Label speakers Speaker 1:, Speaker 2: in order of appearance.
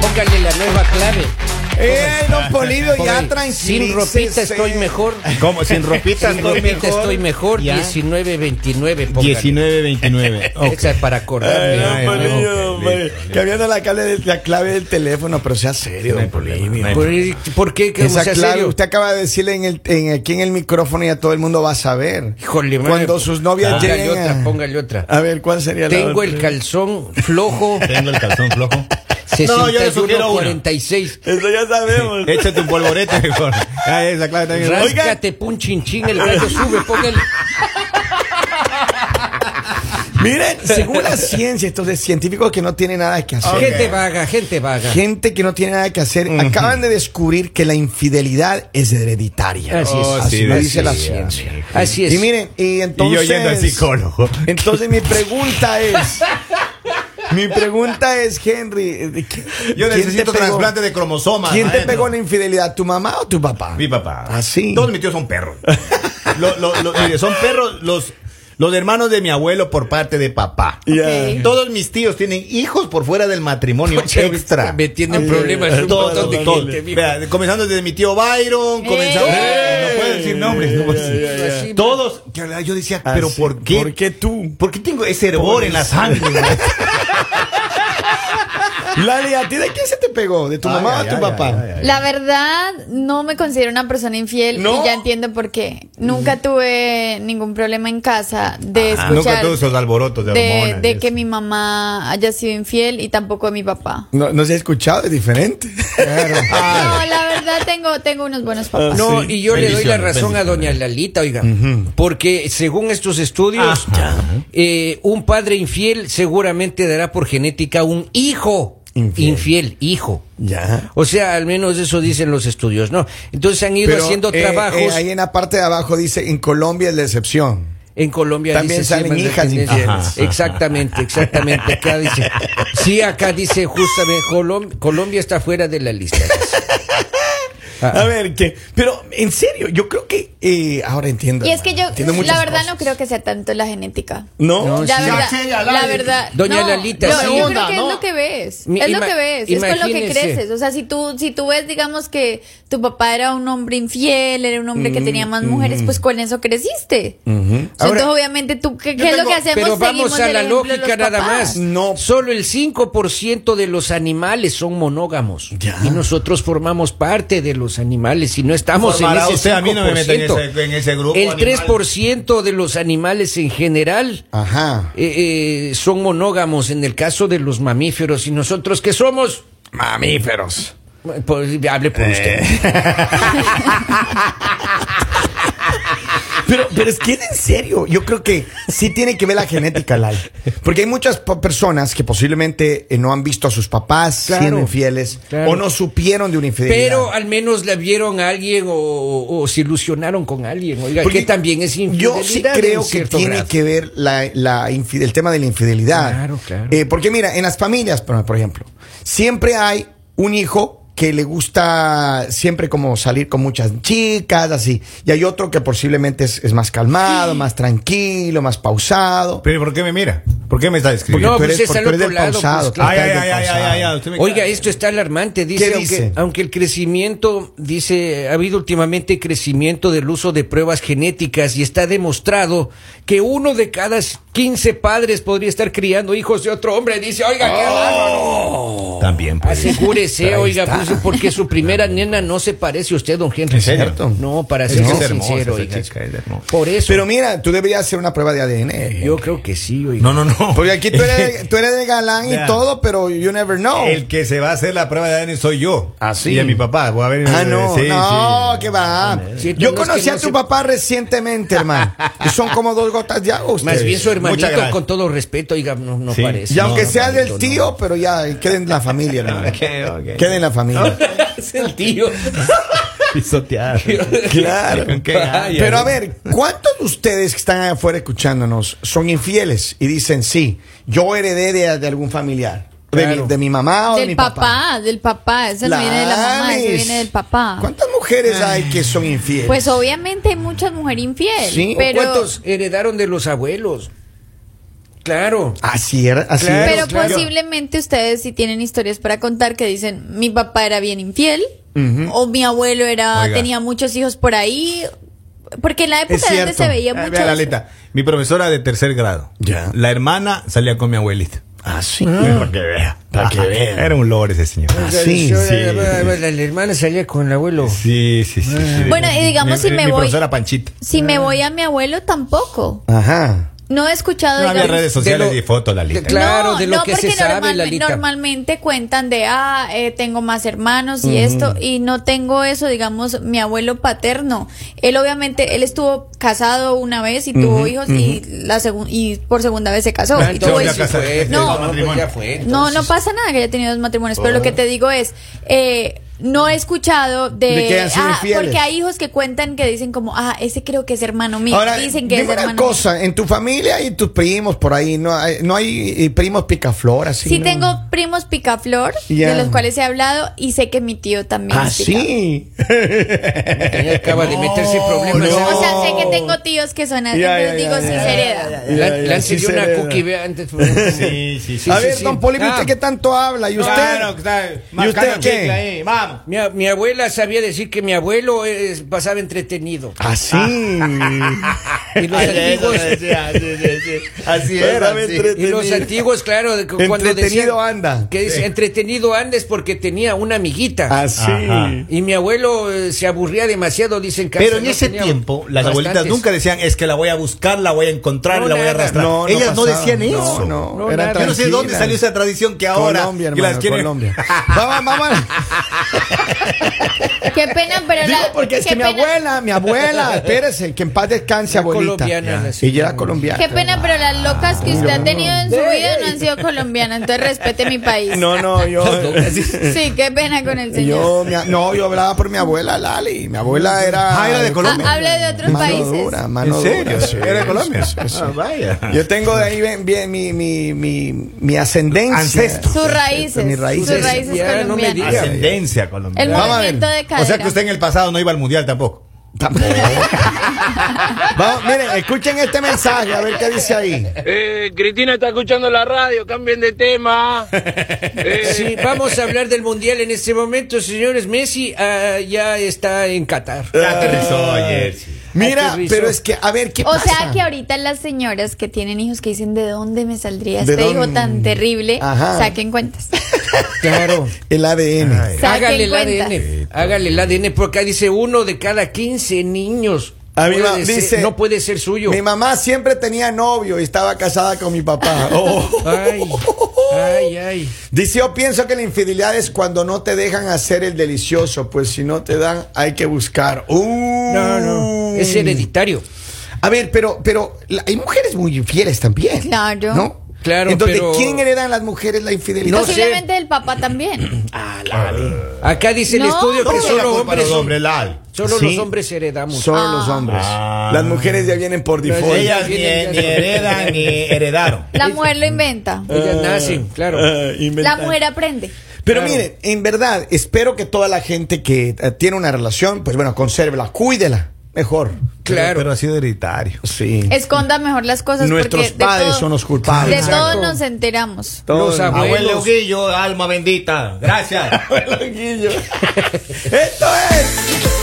Speaker 1: Búscale la nueva clave.
Speaker 2: ¡Eh, don Polido, ya
Speaker 1: Joven, Sin ropita
Speaker 2: tranquilícese!
Speaker 1: estoy mejor.
Speaker 3: ¿Cómo? Sin ropita,
Speaker 1: Sin ropita estoy mejor.
Speaker 3: Ya.
Speaker 1: 1929, póngale.
Speaker 3: 1929. ok.
Speaker 1: Esa es para acordarme.
Speaker 2: Ay, don
Speaker 3: Ah, ya,
Speaker 2: Polillo,
Speaker 3: ok,
Speaker 2: hombre,
Speaker 3: listo,
Speaker 2: que había dado la clave, del- la clave del teléfono, pero sea serio,
Speaker 3: No hay
Speaker 2: don Polillo.
Speaker 3: problema, no hay
Speaker 1: ¿Por, por qué? ¿Qué
Speaker 2: Esa
Speaker 1: vamos a hacer?
Speaker 2: clave, usted acaba de decirle en el, en, aquí en el micrófono y ya todo el mundo va a saber.
Speaker 1: Híjole, madre, Ah,
Speaker 2: Cuando sus novias
Speaker 1: póngale
Speaker 2: lleguen
Speaker 1: otra,
Speaker 2: a-
Speaker 1: póngale otra.
Speaker 2: A ver, ¿cuál sería la
Speaker 1: Tengo
Speaker 2: otra?
Speaker 1: el calzón flojo
Speaker 3: Tengo el calzón flojo. No, yo le sugiero uno.
Speaker 1: 6146.
Speaker 2: Eso ya sabemos.
Speaker 3: Échate un polvorete mejor. Ah, esa clave también.
Speaker 1: Ráscate pun chinchín, el gallo sube, póngale.
Speaker 2: Miren, según la ciencia, estos de científicos que no tienen nada que hacer.
Speaker 1: Gente vaga, gente vaga.
Speaker 2: Gente que no tiene nada que hacer, acaban de descubrir que la infidelidad es hereditaria.
Speaker 1: Así es. Oh,
Speaker 2: Así
Speaker 3: sí,
Speaker 2: lo
Speaker 3: de-
Speaker 2: dice la
Speaker 3: sí,
Speaker 2: ciencia.
Speaker 3: amigo.
Speaker 1: Así es.
Speaker 2: Y miren, y
Speaker 3: Y yo
Speaker 2: entonces.
Speaker 3: yendo al psicólogo.
Speaker 2: Entonces mi pregunta es. mi pregunta es, Henry. eh, ¿qui-
Speaker 3: Yo
Speaker 2: quién te
Speaker 3: necesito
Speaker 2: pegó-
Speaker 3: trasplante de cromosomas.
Speaker 2: ¿Quién te
Speaker 3: maestro.
Speaker 2: pegó la infidelidad? ¿Tu mamá o tu papá?
Speaker 3: Mi papá.
Speaker 2: ¿Ah, sí?
Speaker 3: Todos mis tíos son perros. Lo- lo- lo- mire, son perros los, los hermanos de mi abuelo por parte de papá.
Speaker 2: Ya.
Speaker 3: Todos mis tíos tienen hos por fuera del matrimonio extra.
Speaker 1: Me tienen problemas un
Speaker 3: Todos,
Speaker 1: montón de
Speaker 3: todos.
Speaker 1: gente, mijo.
Speaker 3: Vea, comenzando desde mi tío Byron, comenzando.
Speaker 4: ¡Eh!
Speaker 3: No puedo decir nombres. no puedo decir.
Speaker 1: Así, así,
Speaker 3: Todos. que la- Yo decía,
Speaker 2: Ah,
Speaker 3: ¿pero
Speaker 2: sí.
Speaker 3: por qué?
Speaker 2: ¿Por qué tú?
Speaker 3: ¿Por qué tengo ese hervor en la sangre?
Speaker 2: Lali, ¿a ti de quién se te pegó? ¿De tu
Speaker 3: Ay,
Speaker 2: mamá
Speaker 3: ay,
Speaker 2: o tu
Speaker 3: ay,
Speaker 2: papá?
Speaker 3: ay, ay.
Speaker 4: La verdad, no me considero una persona infiel
Speaker 2: ¿No? Mm.
Speaker 4: y ya entiendo por qué. Nunca tuve ningún problema en casa de
Speaker 3: Ah,
Speaker 4: escuchar
Speaker 3: Nunca todos esos alborotos de,
Speaker 4: de,
Speaker 3: hormonas.
Speaker 4: de
Speaker 3: y
Speaker 4: que
Speaker 3: eso.
Speaker 4: mi mamá haya sido infiel y tampoco de mi papá.
Speaker 2: No, no se ha escuchado, es diferente. Ah.
Speaker 4: No, la verdad tengo, tengo unos buenos papás.
Speaker 1: No,
Speaker 2: Sí.
Speaker 1: y yo le doy la
Speaker 3: Bendiciones,
Speaker 1: razón a doña Lalita, oiga, porque según estos
Speaker 2: Ah,
Speaker 1: estudios, eh, un padre infiel seguramente dará por genética un hijo
Speaker 2: Infiel.
Speaker 1: infiel, hijo.
Speaker 2: ya.
Speaker 1: O sea, al menos eso dicen los estudios, ¿no? Entonces han ido
Speaker 2: Pero,
Speaker 1: haciendo
Speaker 2: eh,
Speaker 1: trabajos
Speaker 2: eh, ahí en la parte de abajo dice, en Colombia es la excepción.
Speaker 1: en Colombia.
Speaker 2: también
Speaker 1: dice, sí,
Speaker 2: salen
Speaker 1: manda
Speaker 2: hijas
Speaker 1: tendencia.
Speaker 2: infieles.
Speaker 1: Ajá. Exactamente, exactamente. Acá dice, sí, acá dice justamente, Colom- Colombia está fuera de la lista. dice. Ah.
Speaker 2: A ver, que, pero en serio, yo creo que eh, ahora entiendo.
Speaker 4: Y es que yo,
Speaker 2: hermano, entiendo
Speaker 4: la
Speaker 2: muchas
Speaker 4: verdad,
Speaker 2: cosas.
Speaker 4: no creo que sea tanto la genética.
Speaker 2: No,
Speaker 1: No,
Speaker 4: La
Speaker 1: sí.
Speaker 4: verdad,
Speaker 3: Ya sé, ya,
Speaker 4: la
Speaker 3: Lali.
Speaker 4: verdad.
Speaker 1: Doña
Speaker 4: no,
Speaker 1: Lalita,
Speaker 4: yo-
Speaker 1: sí.
Speaker 4: yo creo
Speaker 3: Onda,
Speaker 4: que
Speaker 3: ¿no?
Speaker 4: es lo que ves.
Speaker 1: Mi-
Speaker 4: es lo
Speaker 1: ima-
Speaker 4: que ves. Es con lo que
Speaker 1: imagínese.
Speaker 4: creces. O sea, si tú, si tú ves, digamos que tu papá era un hombre infiel, era un hombre que tenía más mujeres, pues con eso creciste. Entonces,
Speaker 1: Mm, Ahora-
Speaker 4: obviamente, tú, ¿qué,
Speaker 3: Yo
Speaker 4: qué es lo
Speaker 3: tengo-
Speaker 4: que hacemos?
Speaker 1: Pero vamos
Speaker 4: Seguimos
Speaker 1: a
Speaker 4: el
Speaker 1: la
Speaker 4: ejemplo de
Speaker 1: lógica
Speaker 4: los
Speaker 1: nada
Speaker 4: papás.
Speaker 1: más.
Speaker 2: No.
Speaker 1: Solo el 5% de los animales son monógamos.
Speaker 2: Ya.
Speaker 1: Y nosotros formamos parte de los animales y no estamos en
Speaker 3: Formará
Speaker 1: ese
Speaker 3: usted, a mí no me meta en
Speaker 1: 5%.
Speaker 3: ese- en ese grupo
Speaker 1: El
Speaker 3: animal.
Speaker 1: 3% de los animales en general
Speaker 2: Ajá.
Speaker 1: eh, eh, son monógamos en el caso de los mamíferos. Y nosotros que somos...
Speaker 2: Mamíferos.
Speaker 1: Pues, hable por usted.
Speaker 3: Eh,
Speaker 2: Pero, pero es que en serio, yo creo que sí tiene que ver la genética, Lal. Porque hay muchas po- personas que posiblemente eh, no han visto a sus papás
Speaker 1: Claro.
Speaker 2: siendo infieles
Speaker 1: Claro.
Speaker 2: o no supieron de una infidelidad.
Speaker 1: Pero al menos la vieron a alguien o, o- o se ilusionaron con alguien. Oiga,
Speaker 2: Porque
Speaker 1: que también es infidelidad.
Speaker 2: Yo sí
Speaker 1: en
Speaker 2: creo que
Speaker 1: cierto
Speaker 2: tiene
Speaker 1: grado.
Speaker 2: que ver la, la infide- el tema de la infidelidad.
Speaker 1: Claro, claro.
Speaker 2: Eh, porque mira, en las familias, por por ejemplo, siempre hay un hijo que le gusta siempre como salir con muchas chicas, así. Y hay otro que posiblemente es, es más calmado, más tranquilo, más pausado.
Speaker 3: ¿Pero por qué me mira? ¿Por qué me está
Speaker 2: Porque
Speaker 3: describiendo?
Speaker 1: No,
Speaker 2: tú
Speaker 1: pues
Speaker 2: eres,
Speaker 1: es
Speaker 2: porque
Speaker 1: al
Speaker 2: tú eres
Speaker 1: otro
Speaker 2: del
Speaker 1: lado, pues,
Speaker 2: pausado. tú
Speaker 3: Ay,
Speaker 2: eres
Speaker 3: ay,
Speaker 2: del
Speaker 3: ay, ay,
Speaker 2: pausado.
Speaker 3: ay, ay, usted me
Speaker 1: Oiga,
Speaker 3: cae.
Speaker 1: esto está alarmante. Dice,
Speaker 2: ¿Qué
Speaker 1: aunque,
Speaker 2: dice?
Speaker 1: aunque el crecimiento, dice, ha habido últimamente crecimiento del uso de pruebas genéticas y está demostrado que uno de cada 15 padres podría estar criando hijos de otro hombre. Dice, oiga, qué
Speaker 3: También,
Speaker 1: raro.
Speaker 3: pues.
Speaker 1: Asegúrese,
Speaker 2: Oh. Ahí
Speaker 1: oiga,
Speaker 2: está.
Speaker 1: pues, porque su primera nena no se parece a usted, don Henry.
Speaker 3: ¿En serio?
Speaker 2: ¿Cierto?
Speaker 1: No, para
Speaker 3: Es
Speaker 1: ser
Speaker 3: que es hermosa
Speaker 1: sincero,
Speaker 3: esa
Speaker 1: oiga.
Speaker 3: chica, es hermosa.
Speaker 1: Por eso,
Speaker 2: Pero mira, tú deberías hacer una prueba de ADN.
Speaker 1: yo creo que sí, oiga.
Speaker 3: No, no, no.
Speaker 2: Porque aquí tú eres, tú eres de galán y
Speaker 3: Ya.
Speaker 2: todo, pero you never know.
Speaker 3: El que se va a hacer la prueba de ADN soy yo.
Speaker 2: Ah, sí.
Speaker 3: Y a mi papá. Voy a ver.
Speaker 2: Ah, no,
Speaker 3: Sí,
Speaker 2: no,
Speaker 3: sí.
Speaker 2: que va.
Speaker 1: Sí, no, es
Speaker 2: Yo
Speaker 1: que
Speaker 2: conocí a
Speaker 1: no
Speaker 2: tu
Speaker 1: se-
Speaker 2: papá recientemente, hermano. Y son como dos gotas de agua ustedes.
Speaker 1: Más bien su hermanito,
Speaker 3: Muchas gracias.
Speaker 1: con todo respeto, oiga, no, no
Speaker 3: Sí.
Speaker 1: parece.
Speaker 2: Y aunque
Speaker 1: No,
Speaker 2: sea
Speaker 1: hermanito,
Speaker 2: del
Speaker 1: no.
Speaker 2: tío, pero ya queden en la familia, hermano.
Speaker 3: Ok, ok.
Speaker 2: Queden en la familia.
Speaker 1: es el tío.
Speaker 3: Pisotear.
Speaker 2: Claro.
Speaker 3: ¿Con qué? Ay,
Speaker 2: Pero
Speaker 3: ay.
Speaker 2: a ver, ¿cuántos de ustedes que están allá afuera escuchándonos son infieles y dicen, sí, yo heredé de, de algún familiar? De,
Speaker 1: Claro.
Speaker 2: mi, de mi mamá o de mi
Speaker 4: Del papá,
Speaker 2: papá.
Speaker 4: del papá. Eso no viene de la mamá, eso
Speaker 2: Lames.
Speaker 4: viene del papá.
Speaker 2: ¿Cuántas mujeres hay que son infieles?
Speaker 4: Pues obviamente hay muchas mujeres infieles.
Speaker 2: Sí.
Speaker 4: pero
Speaker 1: ¿Cuántos heredaron de los abuelos? Claro.
Speaker 2: Así era, así
Speaker 1: Claro,
Speaker 2: era.
Speaker 4: Pero
Speaker 1: claro.
Speaker 4: posiblemente ustedes si tienen historias para contar que dicen mi papá era bien infiel o mi abuelo era
Speaker 3: Oiga.
Speaker 4: tenía muchos hijos por ahí porque en la época de antes se veía
Speaker 3: Ah,
Speaker 4: mucho
Speaker 3: vea la
Speaker 4: eso.
Speaker 3: letra. Mi profesora de tercer grado.
Speaker 2: Ya.
Speaker 3: La hermana salía con mi abuelita.
Speaker 1: Ah.
Speaker 2: Así.
Speaker 3: Para que vea. Para que vea. Era un lore ese señor.
Speaker 2: Ah, sí,
Speaker 1: Yo-
Speaker 3: sí.
Speaker 1: La, la- la hermana salía con el abuelo.
Speaker 3: Sí, sí, sí. sí.
Speaker 4: Bueno, y digamos
Speaker 3: Mi-
Speaker 4: si me
Speaker 3: Mi
Speaker 4: voy-
Speaker 3: profesora Panchita.
Speaker 4: Si
Speaker 1: Ah.
Speaker 4: me voy a mi abuelo tampoco.
Speaker 2: Ajá.
Speaker 4: No he escuchado
Speaker 3: No había
Speaker 4: digamos,
Speaker 3: redes sociales
Speaker 1: de lo-
Speaker 3: y fotos, la
Speaker 1: de-
Speaker 3: lista.
Speaker 1: Claro, de lo que se
Speaker 4: porque
Speaker 1: sabe,
Speaker 4: normalme-
Speaker 1: Lalita.
Speaker 4: Normalmente cuentan de, ah, eh, tengo más hermanos y esto, y no tengo eso, digamos, mi abuelo paterno. Él obviamente, él estuvo casado una vez y tuvo hijos y la segun- y por segunda vez se casó.
Speaker 1: Ah,
Speaker 4: y tuvo
Speaker 1: entonces
Speaker 3: ya
Speaker 4: hijos.
Speaker 1: sí fue,
Speaker 4: No.
Speaker 1: pues, pues ya fue,
Speaker 4: No, no
Speaker 1: entonces.
Speaker 4: pasa nada que haya tenido dos matrimonios, pero lo
Speaker 2: Oh.
Speaker 4: que te digo es, eh, no he escuchado de,
Speaker 2: De que hayan sido
Speaker 4: ah,
Speaker 2: infieles.
Speaker 4: porque hay hijos que cuentan que dicen como, ah, ese creo que es hermano mío,
Speaker 2: Ahora,
Speaker 4: dicen que es
Speaker 2: dime
Speaker 4: hermano
Speaker 2: una
Speaker 4: mío.
Speaker 2: cosa, en tu familia y tus primos por ahí, no hay, no hay eh, primos picaflor así.
Speaker 4: Sí
Speaker 2: ¿no?
Speaker 4: tengo primos picaflor,
Speaker 2: Ya.
Speaker 4: de los cuales he hablado, y sé que mi tío también
Speaker 2: Ah,
Speaker 4: es picaflor.
Speaker 2: sí.
Speaker 1: Ella acaba de meterse en problemas.
Speaker 2: no.
Speaker 4: O sea, sé que tengo tíos que son así,
Speaker 2: Ya,
Speaker 4: entonces
Speaker 2: ya,
Speaker 4: digo,
Speaker 2: ya,
Speaker 4: sí
Speaker 2: ya,
Speaker 4: se
Speaker 2: ya,
Speaker 4: hereda.
Speaker 1: La-
Speaker 2: Ya, ya,
Speaker 1: la
Speaker 2: sí
Speaker 1: enseñó
Speaker 2: se
Speaker 1: una
Speaker 2: hereda.
Speaker 1: cookie, vea antes. Sí,
Speaker 3: Sí, sí, sí.
Speaker 2: A
Speaker 1: sí,
Speaker 2: ver,
Speaker 1: sí.
Speaker 2: don Polito,
Speaker 1: Ah.
Speaker 2: ¿usted qué tanto habla? ¿Y usted?
Speaker 3: Claro, claro.
Speaker 2: ¿Y usted qué?
Speaker 3: Vamos.
Speaker 1: Mi, a- mi abuela sabía decir que mi abuelo es- pasaba entretenido.
Speaker 2: Así. Ah.
Speaker 1: Y los antiguos,
Speaker 3: Así
Speaker 2: es,
Speaker 3: era.
Speaker 2: así.
Speaker 3: así.
Speaker 1: y los antiguos, claro, de cu- cuando
Speaker 2: Entretenido
Speaker 1: decían
Speaker 2: anda.
Speaker 1: que dice, entretenido andes porque tenía una amiguita.
Speaker 3: Ah,
Speaker 2: Así.
Speaker 3: Ajá.
Speaker 1: Y mi abuelo eh, se aburría demasiado, dicen que
Speaker 3: Pero en ese tiempo, las abuelitas nunca decían, es que la voy a buscar, la voy a encontrar,
Speaker 1: No,
Speaker 3: la voy a
Speaker 1: nada.
Speaker 3: arrastrar.
Speaker 2: No, no
Speaker 3: Ellas no
Speaker 2: pasaba.
Speaker 3: decían
Speaker 2: No,
Speaker 3: eso.
Speaker 2: No,
Speaker 1: No,
Speaker 2: eran
Speaker 1: nada.
Speaker 3: Yo no sé de dónde
Speaker 2: tranquilas.
Speaker 3: salió esa tradición que ahora.
Speaker 2: Colombia,
Speaker 3: que las
Speaker 2: hermano,
Speaker 3: quieren-
Speaker 2: Colombia. vamos, vamos.
Speaker 4: Qué pena, pero
Speaker 2: Digo
Speaker 4: la-
Speaker 2: porque es
Speaker 4: qué
Speaker 2: que mi
Speaker 4: pena-
Speaker 2: abuela, mi abuela, espérese, que en paz descanse,
Speaker 1: Era
Speaker 2: abuelita.
Speaker 1: colombiana, la
Speaker 2: Y ella
Speaker 1: señora.
Speaker 2: era colombiana.
Speaker 4: Qué pena, pero las locas que usted ha tenido en su vida no han sido colombianas, entonces respete mi país.
Speaker 2: No, no, yo.
Speaker 4: Sí, qué pena con el señor.
Speaker 2: yo mi a- no, yo hablaba por mi abuela Lali. Mi abuela era.
Speaker 3: Ah, era de
Speaker 4: Ah,
Speaker 3: Colombia.
Speaker 4: hable de otros
Speaker 2: mano
Speaker 4: países.
Speaker 2: dura, mano
Speaker 3: ¿En serio?
Speaker 2: dura, sí.
Speaker 3: ¿Era de Colombia?
Speaker 2: Sí, sí, sí.
Speaker 3: Ah, vaya.
Speaker 2: Yo tengo de ahí bien, bien, mi, mi, mi, mi ascendencia.
Speaker 3: Ancestro.
Speaker 4: Sus raíces.
Speaker 2: Mis raíces.
Speaker 4: Sus raíces
Speaker 1: Ya, no me
Speaker 4: colombianas.
Speaker 1: diga.
Speaker 3: Ascendencia colombiana.
Speaker 4: El
Speaker 2: Vamos a
Speaker 4: movimiento
Speaker 2: ver.
Speaker 4: de cadera.
Speaker 3: O sea que usted en el pasado no iba al mundial tampoco.
Speaker 2: Tampoco. Vamos, miren, escuchen este mensaje, a ver qué dice ahí.
Speaker 5: Eh, Cristina está escuchando la radio, cambien de tema. Eh,
Speaker 1: Sí, vamos a hablar del mundial en este momento, señores. Messi ah, ya está en Qatar.
Speaker 3: Ah. Aterrizó ayer. sí.
Speaker 2: Mira,
Speaker 1: Aterrizó.
Speaker 2: pero es que, a ver, ¿qué
Speaker 4: O
Speaker 2: pasa?
Speaker 4: sea que ahorita las señoras que tienen hijos que dicen de dónde me saldría
Speaker 2: ¿De
Speaker 4: este hijo
Speaker 2: dónde?
Speaker 4: tan terrible,
Speaker 2: Ajá.
Speaker 4: saquen cuentas.
Speaker 1: Claro.
Speaker 2: El ADN.
Speaker 4: Saquen
Speaker 1: Hágale el
Speaker 4: cuentas.
Speaker 3: pues.
Speaker 1: ADN. Hágale el ADN, porque acá dice uno de cada 15 niños.
Speaker 2: A mi
Speaker 1: Puede
Speaker 2: ma-
Speaker 1: ser-
Speaker 2: dice-
Speaker 1: no puede ser suyo.
Speaker 2: Mi mamá siempre tenía novio y estaba casada con mi papá. Oh.
Speaker 1: Ay, ay, ay.
Speaker 2: Dice, yo pienso que la infidelidad es cuando no te dejan hacer el delicioso, pues si no te dan, hay que buscar. Uh.
Speaker 1: No, no.
Speaker 3: Mm.
Speaker 1: Es hereditario.
Speaker 2: A ver, pero, pero la- hay mujeres muy infieles también.
Speaker 4: Claro.
Speaker 2: ¿No?
Speaker 1: Claro,
Speaker 2: Entonces,
Speaker 1: pero-
Speaker 2: ¿quién heredan las mujeres la infidelidad?
Speaker 1: No sé.
Speaker 4: Posiblemente el papá también.
Speaker 1: Acá dice el
Speaker 4: No.
Speaker 1: estudio que
Speaker 4: No,
Speaker 3: ¿Cómo es la
Speaker 1: solo
Speaker 3: culpa de
Speaker 1: hombres,
Speaker 3: los
Speaker 1: son-
Speaker 3: hombres, Lali?
Speaker 1: solo
Speaker 2: Sí.
Speaker 1: los hombres heredamos.
Speaker 2: Solo los hombres.
Speaker 3: Ah.
Speaker 2: Las mujeres ya vienen por
Speaker 1: Pero
Speaker 2: default.
Speaker 1: ella-
Speaker 3: Ellas ni, ni heredan ni heredaron.
Speaker 4: La mujer lo inventa.
Speaker 1: Ellas nacen, claro.
Speaker 3: Eh,
Speaker 2: Ah,
Speaker 4: La
Speaker 2: inventan.
Speaker 4: mujer aprende.
Speaker 2: Pero
Speaker 1: Claro.
Speaker 2: miren, en verdad, espero que toda la gente que eh, tiene una relación, pues bueno, consérvela, cuídela, mejor.
Speaker 1: Claro.
Speaker 3: Pero ha sido hereditario.
Speaker 2: Sí.
Speaker 4: Esconda mejor las cosas
Speaker 2: Nuestros
Speaker 4: porque de
Speaker 2: padres
Speaker 4: todo-
Speaker 2: son los culpables.
Speaker 4: De
Speaker 1: Exacto.
Speaker 4: todo nos enteramos.
Speaker 1: Los abuelos.
Speaker 3: Abuelo Guillo, alma bendita. Gracias.
Speaker 2: Abuelo Guillo. Esto es